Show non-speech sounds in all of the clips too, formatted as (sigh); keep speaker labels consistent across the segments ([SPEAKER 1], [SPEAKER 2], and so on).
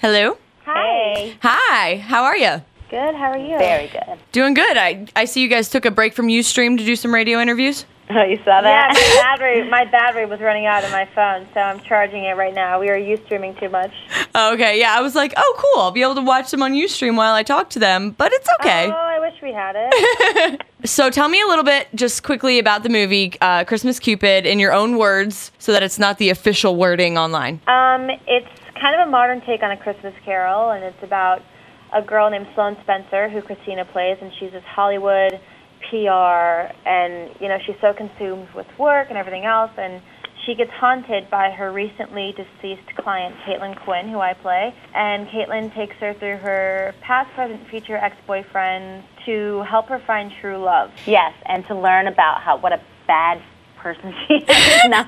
[SPEAKER 1] Hello.
[SPEAKER 2] Hi.
[SPEAKER 1] Hi. How are you?
[SPEAKER 2] Good. How are you?
[SPEAKER 3] Very good.
[SPEAKER 1] Doing good. I, I see you guys took a break from Ustream to do some radio interviews.
[SPEAKER 3] Oh, you saw
[SPEAKER 2] (laughs) Yeah,
[SPEAKER 3] that?
[SPEAKER 2] my battery my battery was running out of my phone, so I'm charging it right now. We were you streaming too much.
[SPEAKER 1] Oh, okay. Yeah. I was like, oh, cool. I'll be able to watch them on Ustream while I talk to them, but it's okay.
[SPEAKER 2] Oh, I wish we had it.
[SPEAKER 1] So tell me a little bit, just quickly, about the movie uh, Christmas Cupid in your own words so that it's not the official wording online.
[SPEAKER 2] um, it's kind of a modern take on a Christmas Carol, and it's about a girl named Sloane Spencer who Christina plays, and she's this Hollywood PR, and you know she's so consumed with work and everything else, and she gets haunted by her recently deceased client Caitlin Quinn, who I play, and Caitlin takes her through her past, present, future ex-boyfriends to help her find true love.
[SPEAKER 3] Yes, and to learn about how what a bad person (laughs) she is. no,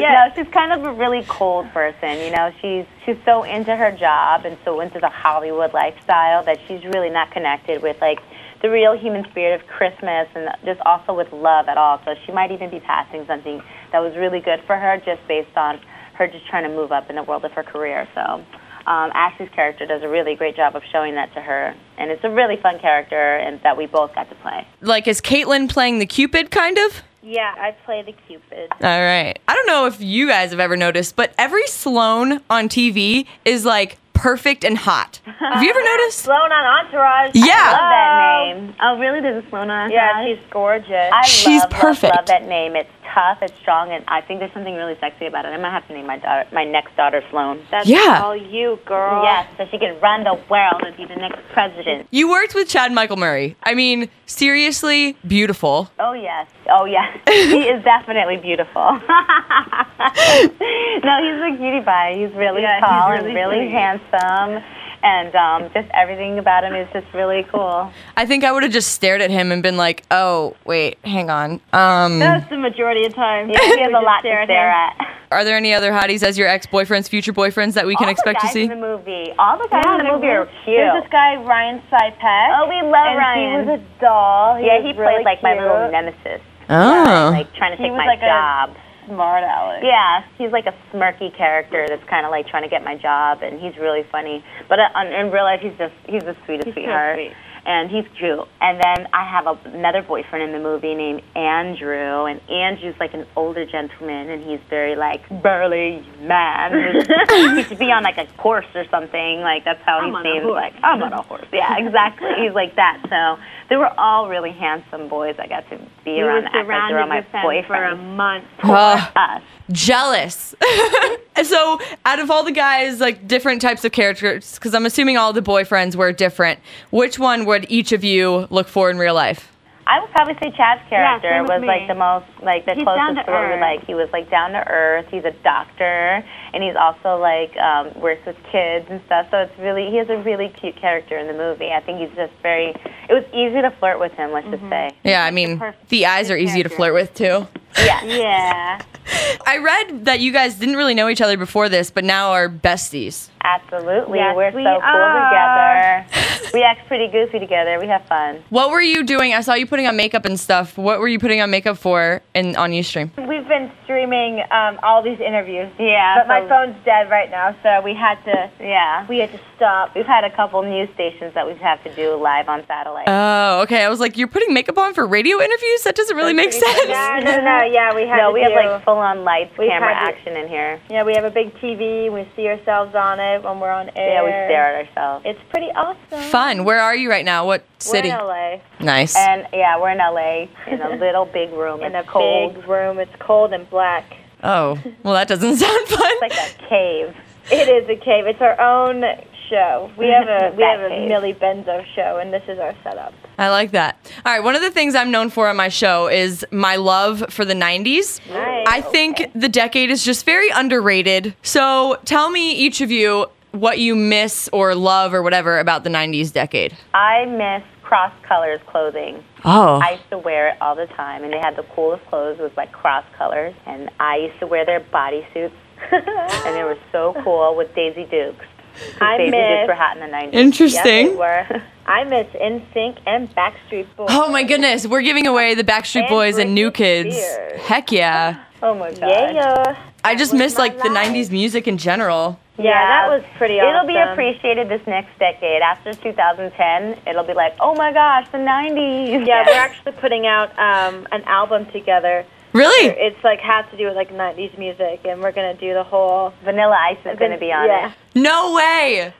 [SPEAKER 3] no, she's kind of a really cold person. You know, she's she's so into her job and so into the Hollywood lifestyle that she's really not connected with like the real human spirit of Christmas and just also with love at all. So she might even be passing something that was really good for her just based on her just trying to move up in the world of her career. So. Um, Ashley's character does a really great job of showing that to her, and it's a really fun character, and that we both got to play.
[SPEAKER 1] Like, is Caitlin playing the Cupid, kind of?
[SPEAKER 2] Yeah, I play the Cupid.
[SPEAKER 1] All right. I don't know if you guys have ever noticed, but every Sloan on TV is like perfect and hot. Have (laughs) you ever noticed?
[SPEAKER 2] Sloane on Entourage.
[SPEAKER 1] Yeah.
[SPEAKER 3] love that name. Oh, really? There's a Sloan on
[SPEAKER 2] Yeah, she's gorgeous.
[SPEAKER 3] I
[SPEAKER 1] She's
[SPEAKER 3] love,
[SPEAKER 1] perfect.
[SPEAKER 3] Love, love that name. It's tough. It's strong, and I think there's something really sexy about it. I might have to name my daughter, my next daughter, Sloan.
[SPEAKER 2] That's
[SPEAKER 1] Yeah.
[SPEAKER 2] all you, girl.
[SPEAKER 3] Yes, so she could run the world and be the next president.
[SPEAKER 1] You worked with Chad Michael Murray. I mean, seriously, beautiful.
[SPEAKER 3] Oh yes,
[SPEAKER 2] (laughs)
[SPEAKER 3] oh yes. he is definitely beautiful. (laughs) no, he's a cutie pie. He's really
[SPEAKER 2] Yeah, he's
[SPEAKER 3] tall
[SPEAKER 2] really
[SPEAKER 3] and really
[SPEAKER 2] sweet.
[SPEAKER 3] handsome, and um, just everything about him is just really cool.
[SPEAKER 1] I think I would have just stared at him and been like, "Oh, wait, hang on. Um,
[SPEAKER 2] That's the majority of time.
[SPEAKER 3] Yeah,
[SPEAKER 2] (laughs)
[SPEAKER 3] he has a lot to stare
[SPEAKER 2] him.
[SPEAKER 3] at.
[SPEAKER 1] are there any other hotties as your ex-boyfriends, future boyfriends that we can
[SPEAKER 3] All
[SPEAKER 1] expect to
[SPEAKER 3] the guys
[SPEAKER 1] see?"
[SPEAKER 3] in the movie. All the guys in the
[SPEAKER 2] Yeah,
[SPEAKER 3] movie
[SPEAKER 2] there-
[SPEAKER 3] are cute.
[SPEAKER 2] There's this guy Ryan Sipek.
[SPEAKER 3] Oh, we love
[SPEAKER 2] and
[SPEAKER 3] Ryan.
[SPEAKER 2] He was a doll. He
[SPEAKER 3] yeah,
[SPEAKER 2] was
[SPEAKER 3] he
[SPEAKER 2] really
[SPEAKER 3] played like my little
[SPEAKER 2] cute.
[SPEAKER 3] nemesis.
[SPEAKER 1] Oh.
[SPEAKER 3] Like trying to
[SPEAKER 2] He
[SPEAKER 3] take
[SPEAKER 2] was
[SPEAKER 3] my
[SPEAKER 2] like a-
[SPEAKER 3] job.
[SPEAKER 2] smart Alex.
[SPEAKER 3] yeah, he's like a smirky character that's kind of like trying to get my job, and he's really funny. But uh, on- in real life, he's just he's the sweetest
[SPEAKER 2] He's so
[SPEAKER 3] sweetheart.
[SPEAKER 2] sweet.
[SPEAKER 3] And he's cute. And then I have a, another boyfriend in the movie named Andrew, and Andrew's like an older gentleman, and he's very like burly man.
[SPEAKER 2] (laughs)
[SPEAKER 3] he should be on like a horse or something. Like that's how
[SPEAKER 2] I'm
[SPEAKER 3] he
[SPEAKER 2] on a
[SPEAKER 3] seems.
[SPEAKER 2] horse.
[SPEAKER 3] Like I'm on a horse. Yeah, exactly. he's like that. So they were all really handsome boys. I got to be
[SPEAKER 2] He was
[SPEAKER 3] around. act like they were
[SPEAKER 2] surrounded
[SPEAKER 3] my
[SPEAKER 2] with them
[SPEAKER 3] boyfriend.
[SPEAKER 2] for a month.
[SPEAKER 1] Ugh.
[SPEAKER 3] Us.
[SPEAKER 1] jealous. (laughs) so, out of all the guys, like different types of characters, because I'm assuming all the boyfriends were different, which one would each of you look for in real life?
[SPEAKER 3] I would probably say Chad's character
[SPEAKER 2] same with
[SPEAKER 3] was like
[SPEAKER 2] me.
[SPEAKER 3] the most, like the
[SPEAKER 2] He's down to
[SPEAKER 3] closest to what we
[SPEAKER 2] earth.
[SPEAKER 3] like. He was like down to earth. He's a doctor, and he's also like um, works with kids and stuff. So it's really he has a really cute character in the movie. I think he's just very. It was easy to flirt with him. Let's just say.
[SPEAKER 2] Mm-hmm.
[SPEAKER 1] Yeah, I mean,
[SPEAKER 2] perfect
[SPEAKER 1] the eyes are easy to
[SPEAKER 2] character.
[SPEAKER 1] flirt with too.
[SPEAKER 3] Yeah.
[SPEAKER 2] (laughs) Yeah.
[SPEAKER 1] I read that you guys didn't really know each other before this, but now are besties.
[SPEAKER 3] Absolutely.
[SPEAKER 2] Yes,
[SPEAKER 3] We're
[SPEAKER 2] we
[SPEAKER 3] so cool
[SPEAKER 2] are.
[SPEAKER 3] together. we act pretty goofy together. We have fun.
[SPEAKER 1] What were you doing? I saw you putting on makeup and stuff. What were you putting on makeup for in on Ustream?
[SPEAKER 2] We've been streaming um, all these interviews.
[SPEAKER 3] Yeah,
[SPEAKER 2] But my
[SPEAKER 3] so-
[SPEAKER 2] phone's dead right now, so we had to
[SPEAKER 3] Yeah.
[SPEAKER 2] we had to stop.
[SPEAKER 3] We've had a couple news stations that we've had to do live on satellite.
[SPEAKER 2] Uh,
[SPEAKER 1] Oh, okay. I was like, you're putting makeup on for radio interviews? That doesn't really (laughs) make sense.
[SPEAKER 2] No, no, no. Yeah, we had
[SPEAKER 3] no,
[SPEAKER 2] to
[SPEAKER 3] we
[SPEAKER 2] do,
[SPEAKER 3] have like full on lights,
[SPEAKER 2] We've
[SPEAKER 3] camera
[SPEAKER 2] had to-
[SPEAKER 3] action in here.
[SPEAKER 2] Yeah, we have a big TV. We see ourselves on it when we're on air.
[SPEAKER 3] Yeah, we stare at ourselves.
[SPEAKER 2] It's pretty awesome.
[SPEAKER 1] Fun. Where are you right now? What city?
[SPEAKER 2] We're in LA.
[SPEAKER 1] Nice.
[SPEAKER 3] And yeah, we're in LA
[SPEAKER 2] (laughs)
[SPEAKER 3] in a little big room.
[SPEAKER 2] in a
[SPEAKER 3] it's cold.
[SPEAKER 2] big room. It's cold and black.
[SPEAKER 1] Oh, well, that doesn't (laughs) sound fun.
[SPEAKER 3] It's like a cave.
[SPEAKER 2] It is a cave. It's our own show. We have a we have a
[SPEAKER 3] Batcave.
[SPEAKER 2] Millie Benzo show, and this is our setup.
[SPEAKER 1] I like that. All right, one of the things I'm known for on my show is my love for the 90s.
[SPEAKER 2] Nice.
[SPEAKER 1] I think the decade is just very underrated. So tell me, each of you, what you miss or love or whatever about the 90s decade.
[SPEAKER 3] I miss cross colors clothing.
[SPEAKER 1] Oh.
[SPEAKER 3] I used to wear it all the time, and they had the coolest clothes with like cross colors, and I used to wear their bodysuits,
[SPEAKER 2] (laughs)
[SPEAKER 3] and they were so cool with Daisy Dukes. 'Cause
[SPEAKER 2] I
[SPEAKER 3] Daisy
[SPEAKER 2] miss-
[SPEAKER 3] Dukes were hot in the 90s.
[SPEAKER 2] Yes, they
[SPEAKER 1] Interesting.
[SPEAKER 2] were. (laughs) I miss NSYNC and Backstreet Boys.
[SPEAKER 1] Oh my goodness, we're giving away the Backstreet
[SPEAKER 2] And
[SPEAKER 1] Boys and New
[SPEAKER 2] Britney
[SPEAKER 1] Kids.
[SPEAKER 2] Spears.
[SPEAKER 1] Heck yeah.
[SPEAKER 3] oh my god.
[SPEAKER 2] Yeah.
[SPEAKER 1] I just
[SPEAKER 2] was
[SPEAKER 1] miss
[SPEAKER 2] my
[SPEAKER 1] like the
[SPEAKER 2] life.
[SPEAKER 1] 90s music in general.
[SPEAKER 2] Yeah, that was pretty
[SPEAKER 3] It'll be
[SPEAKER 2] awesome.
[SPEAKER 3] appreciated this next decade. After 2010, it'll be like, oh my gosh, the 90s.
[SPEAKER 2] Yeah,
[SPEAKER 3] (laughs)
[SPEAKER 2] we're actually putting out um, an album together.
[SPEAKER 1] Really?
[SPEAKER 2] It's like has to do with like 90s music, and we're gonna do the whole.
[SPEAKER 3] Vanilla Ice is going to be on
[SPEAKER 2] yeah.
[SPEAKER 3] it.
[SPEAKER 1] No way.
[SPEAKER 2] it.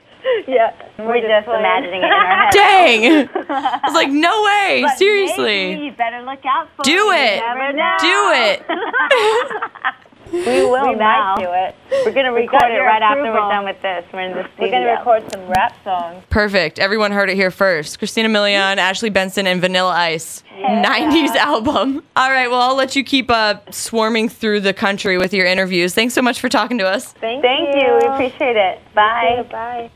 [SPEAKER 2] Yeah,
[SPEAKER 3] We're, just
[SPEAKER 2] playing.
[SPEAKER 3] imagining it in (laughs) our head. (laughs)
[SPEAKER 1] Dang. I was like, no way.
[SPEAKER 3] But
[SPEAKER 1] Seriously.
[SPEAKER 3] maybe you better look out for
[SPEAKER 1] Do
[SPEAKER 3] You
[SPEAKER 1] it.
[SPEAKER 3] never
[SPEAKER 2] Do
[SPEAKER 3] know.
[SPEAKER 1] Do it.
[SPEAKER 3] (laughs) We will
[SPEAKER 2] We
[SPEAKER 3] now.
[SPEAKER 2] might do it.
[SPEAKER 3] We're going to
[SPEAKER 2] We
[SPEAKER 3] record
[SPEAKER 2] got
[SPEAKER 3] it
[SPEAKER 2] your
[SPEAKER 3] right after
[SPEAKER 2] approval.
[SPEAKER 3] we're done with this. We're in the studio.
[SPEAKER 2] We're gonna record some rap songs.
[SPEAKER 1] Perfect. Everyone heard it here first. Christina Milian, Ashley Benson, and Vanilla Ice. 90s album. All right. Well, I'll let you keep uh, swarming through the country with your interviews. Thanks so much for talking to us.
[SPEAKER 2] Thank,
[SPEAKER 3] Thank you. We appreciate it. Bye.
[SPEAKER 2] Bye.